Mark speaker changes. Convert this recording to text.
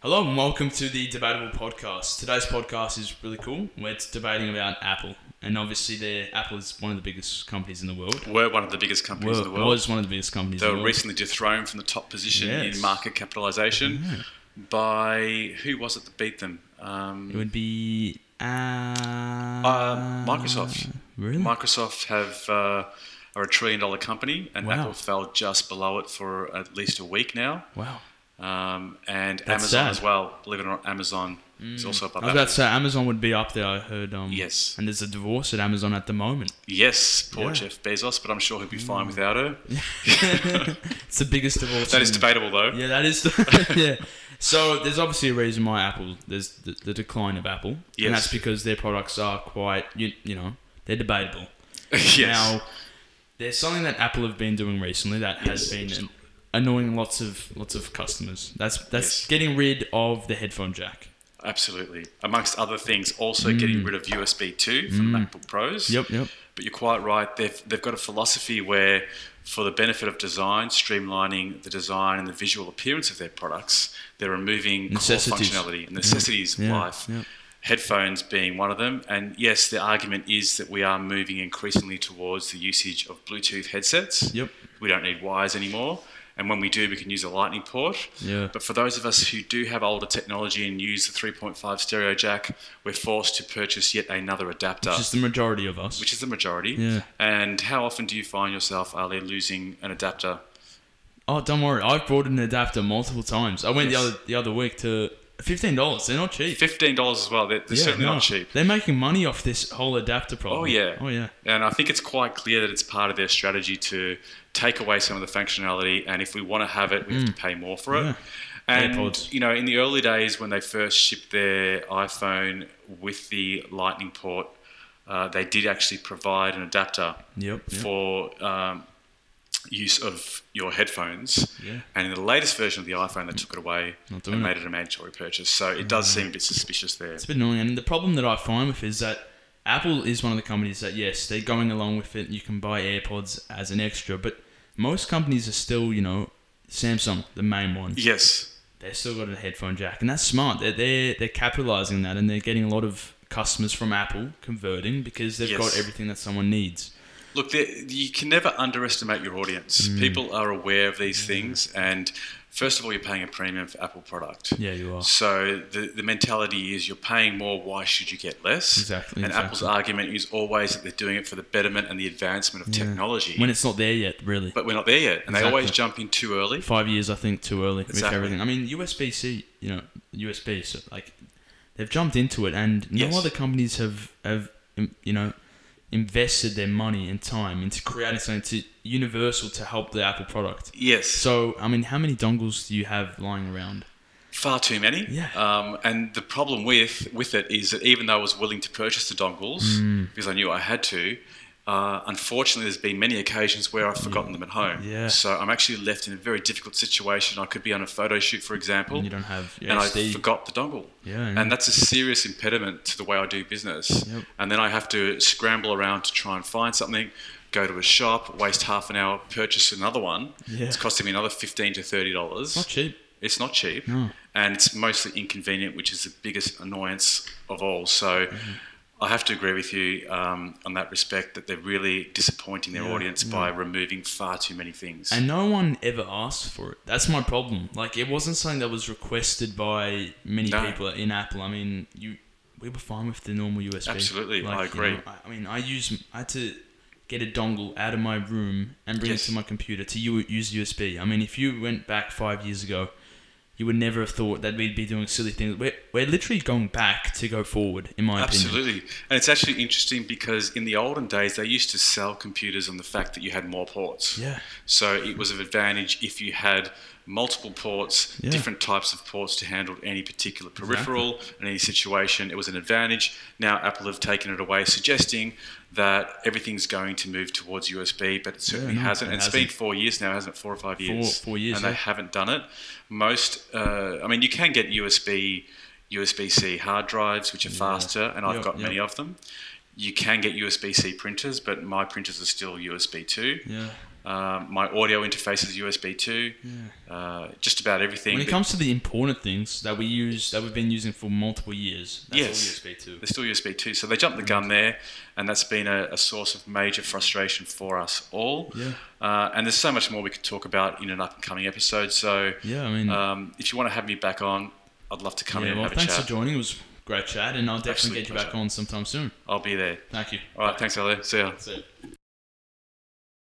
Speaker 1: Hello and welcome to the Debatable Podcast. Today's podcast is really cool. We're debating about Apple, and obviously, the Apple is one of the biggest companies in the world.
Speaker 2: We're one of the biggest companies in the world.
Speaker 1: was one of the biggest companies.
Speaker 2: They
Speaker 1: in the
Speaker 2: were
Speaker 1: world.
Speaker 2: recently dethroned from the top position
Speaker 1: Yes.
Speaker 2: in market capitalization by who was it that beat them? Um,
Speaker 1: It would be uh,
Speaker 2: Uh, Microsoft.
Speaker 1: Really?
Speaker 2: Microsoft have uh, are a trillion dollar company, and
Speaker 1: Wow.
Speaker 2: Apple fell just below it for at least a week now.
Speaker 1: wow.
Speaker 2: Um, and
Speaker 1: That's
Speaker 2: Amazon
Speaker 1: sad. Mm.
Speaker 2: as well. Believe it or not, Amazon is also above
Speaker 1: I was
Speaker 2: that.
Speaker 1: about to say Amazon would be up there. I heard. Um,
Speaker 2: Yes.
Speaker 1: And there's a divorce at Amazon at the moment.
Speaker 2: Yes, poor
Speaker 1: Yeah. Mm.
Speaker 2: Jeff Bezos, but I'm sure he'll be fine without her.
Speaker 1: it's the biggest divorce.
Speaker 2: That is
Speaker 1: in-
Speaker 2: debatable, though.
Speaker 1: Yeah, that is. The, yeah. So there's obviously a reason why Apple there's the, the decline of Apple,
Speaker 2: Yes.
Speaker 1: and that's because their products are quite you, you know they're debatable.
Speaker 2: yes.
Speaker 1: Now, there's something that Apple have been doing recently that has
Speaker 2: Yes.
Speaker 1: been annoying lots of lots of customers. That's that's
Speaker 2: Yes.
Speaker 1: getting rid of the headphone jack.
Speaker 2: Absolutely. Amongst other things, also getting rid of USB 2 for MacBook Pros.
Speaker 1: Mm. yep.
Speaker 2: But you're quite right. They've, they've got a philosophy where, for the benefit of design, streamlining the design and the visual appearance of their products, they're removing core
Speaker 1: Necessities.
Speaker 2: functionality and necessities of
Speaker 1: Yeah,
Speaker 2: life. Uh,
Speaker 1: yeah.
Speaker 2: Headphones being one of them. And yes, the argument is that we are moving increasingly towards the usage of Bluetooth headsets.
Speaker 1: Yep.
Speaker 2: We don't need wires anymore. And when we do, we can use a lightning port.
Speaker 1: Yeah.
Speaker 2: But for those of us who do have older technology and use the 3.5 stereo jack, we're forced to purchase yet another adapter
Speaker 1: Just the majority of us.
Speaker 2: which is the majority.
Speaker 1: Yeah.
Speaker 2: And how often do you find yourself, Ali, losing an adapter?
Speaker 1: Oh, don't worry. I've brought an adapter multiple times. I went
Speaker 2: Yes.
Speaker 1: the other the other week to fifteen dollars. They're not cheap.
Speaker 2: Fifteen dollars as well. They're, they're
Speaker 1: Yeah,
Speaker 2: certainly
Speaker 1: no.
Speaker 2: not cheap.
Speaker 1: They're making money off this whole adapter problem.
Speaker 2: Oh yeah.
Speaker 1: Oh yeah.
Speaker 2: And I think it's quite clear that it's part of their strategy to take away some of the functionality. And if we want to have it, we have to pay more for it.
Speaker 1: Mm. Yeah.
Speaker 2: And
Speaker 1: AirPods.
Speaker 2: you know, in the early days when they first shipped their iPhone with the Lightning port, uh, they did actually provide an adapter.
Speaker 1: Yep. yep.
Speaker 2: for um, use of your headphones.
Speaker 1: Yeah.
Speaker 2: And in the latest version of the iPhone, they took it away
Speaker 1: Not doing it.
Speaker 2: and
Speaker 1: Mm-hmm.
Speaker 2: made it a mandatory purchase. So it does seem a bit suspicious there.
Speaker 1: It's a bit annoying. And the problem that I find with is that Apple is one of the companies that, yes, they're going along with it. You can buy AirPods as an extra, but most companies are still, you know, Samsung, the main one.
Speaker 2: Yes.
Speaker 1: They've still got a headphone jack, and that's smart. They're, they're, they're capitalizing that, and they're getting a lot of customers from Apple converting because they've
Speaker 2: Yes.
Speaker 1: got everything that someone needs.
Speaker 2: Look, there, you can never underestimate your audience.
Speaker 1: Mm.
Speaker 2: People are aware of these things. And first of all, you're paying a premium for Apple product.
Speaker 1: Yeah, you are.
Speaker 2: So the, the mentality is you're paying more, why should you get less?
Speaker 1: Exactly,
Speaker 2: And
Speaker 1: exactly.
Speaker 2: Apple's argument is always that they're doing it for the betterment and the advancement of technology.
Speaker 1: When it's not there yet, really.
Speaker 2: but we're not there yet. And they always
Speaker 1: Exactly.
Speaker 2: jump in too early.
Speaker 1: five years, I think, too early with
Speaker 2: Exactly.
Speaker 1: everything. I mean, USB C, you know, USB, so like they've jumped into it, and no
Speaker 2: Yes.
Speaker 1: other companies have have im- you know invested their money and time into creating something to universal to help the Apple product.
Speaker 2: Yes.
Speaker 1: So, I mean, how many dongles do you have lying around?
Speaker 2: Far too many.
Speaker 1: Yeah.
Speaker 2: Um, and the problem with with it is that even though I was willing to purchase the dongles
Speaker 1: Mm.
Speaker 2: because I knew I had to, uh, unfortunately, there's been many occasions where I've forgotten them at home.
Speaker 1: Yeah.
Speaker 2: So I'm actually left in a very difficult situation. I could be on a photo shoot, for example,
Speaker 1: And you don't have your
Speaker 2: and I
Speaker 1: SD.
Speaker 2: forgot the dongle.
Speaker 1: Yeah, I know.
Speaker 2: And that's a serious impediment to the way I do business.
Speaker 1: Yep.
Speaker 2: And then I have to scramble around to try and find something, go to a shop, waste half an hour, purchase another one.
Speaker 1: Yeah.
Speaker 2: It's costing me another fifteen to thirty dollars.
Speaker 1: Not cheap.
Speaker 2: It's not cheap,
Speaker 1: No.
Speaker 2: and it's mostly inconvenient, which is the biggest annoyance of all. So,
Speaker 1: Mm-hmm.
Speaker 2: I have to agree with you um, on that respect that they're really disappointing their
Speaker 1: Yeah,
Speaker 2: audience
Speaker 1: yeah.
Speaker 2: by removing far too many things.
Speaker 1: And no one ever asked for it. That's my problem. Like it wasn't something that was requested by many
Speaker 2: No.
Speaker 1: people in Apple. I mean, you we were fine with the normal USB.
Speaker 2: Absolutely,
Speaker 1: you
Speaker 2: I agree.
Speaker 1: know, I, I mean, I use I had to get a dongle out of my room and bring
Speaker 2: Yes.
Speaker 1: it to my computer to u- use USB. I mean, if you went back five years ago, you would never have thought that we'd be doing silly things. We're, we're literally going back to go forward, in my opinion.
Speaker 2: Absolutely. And it's actually interesting because in the olden days, they used to sell computers on the fact that you had more ports.
Speaker 1: Yeah.
Speaker 2: So it was of advantage if you had multiple ports,
Speaker 1: Yeah.
Speaker 2: different types of ports to handle any particular peripheral and any situation. It was an advantage. Now Apple have taken it away, suggesting that everything's going to move towards USB, but it certainly
Speaker 1: no,
Speaker 2: hasn't.
Speaker 1: it
Speaker 2: And it's been four years now, hasn't it? Four or five years.
Speaker 1: four years,
Speaker 2: And
Speaker 1: yeah.
Speaker 2: they haven't done it. Most, uh, I mean, you can get USB. USB-C hard drives, which are faster, and I've
Speaker 1: Yep,
Speaker 2: got
Speaker 1: yep.
Speaker 2: many of them. You can get USB-C printers, but my printers are still USB two.
Speaker 1: Yeah.
Speaker 2: Um, my audio interface is USB 2. Uh, just about everything.
Speaker 1: When it
Speaker 2: but
Speaker 1: comes to the important things that we use, that we've been using for multiple years, that's
Speaker 2: Yes.
Speaker 1: all USB two.
Speaker 2: they're still USB 2. So they jumped the gun there, and that's been a, a source of major frustration for us all.
Speaker 1: Yeah.
Speaker 2: Uh, and there's so much more we could talk about in an up and coming episode. So
Speaker 1: Yeah, I mean,
Speaker 2: um, if you want to have me back on, I'd love to come
Speaker 1: Hmm. yeah,
Speaker 2: in and
Speaker 1: well,
Speaker 2: have a
Speaker 1: thanks
Speaker 2: chat.
Speaker 1: for joining. It was a great chat, and I'll definitely
Speaker 2: Absolute
Speaker 1: get you back
Speaker 2: pleasure.
Speaker 1: on sometime soon.
Speaker 2: I'll be there.
Speaker 1: Thank you.
Speaker 2: All right, thanks, Ali. See ya.
Speaker 1: That's it.